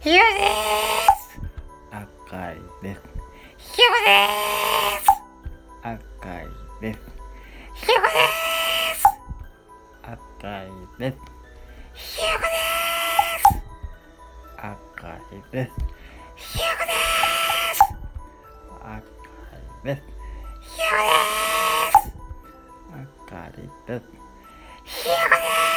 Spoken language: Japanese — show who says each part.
Speaker 1: ヒロです
Speaker 2: 赤いです。
Speaker 1: ヒロです
Speaker 2: 赤いです。
Speaker 1: ヒロです
Speaker 2: 赤いです。
Speaker 1: ヒロ
Speaker 2: 赤いです。
Speaker 1: で
Speaker 2: 赤いです。
Speaker 1: すヒロですヒロです
Speaker 2: 赤いです。
Speaker 1: ヒロです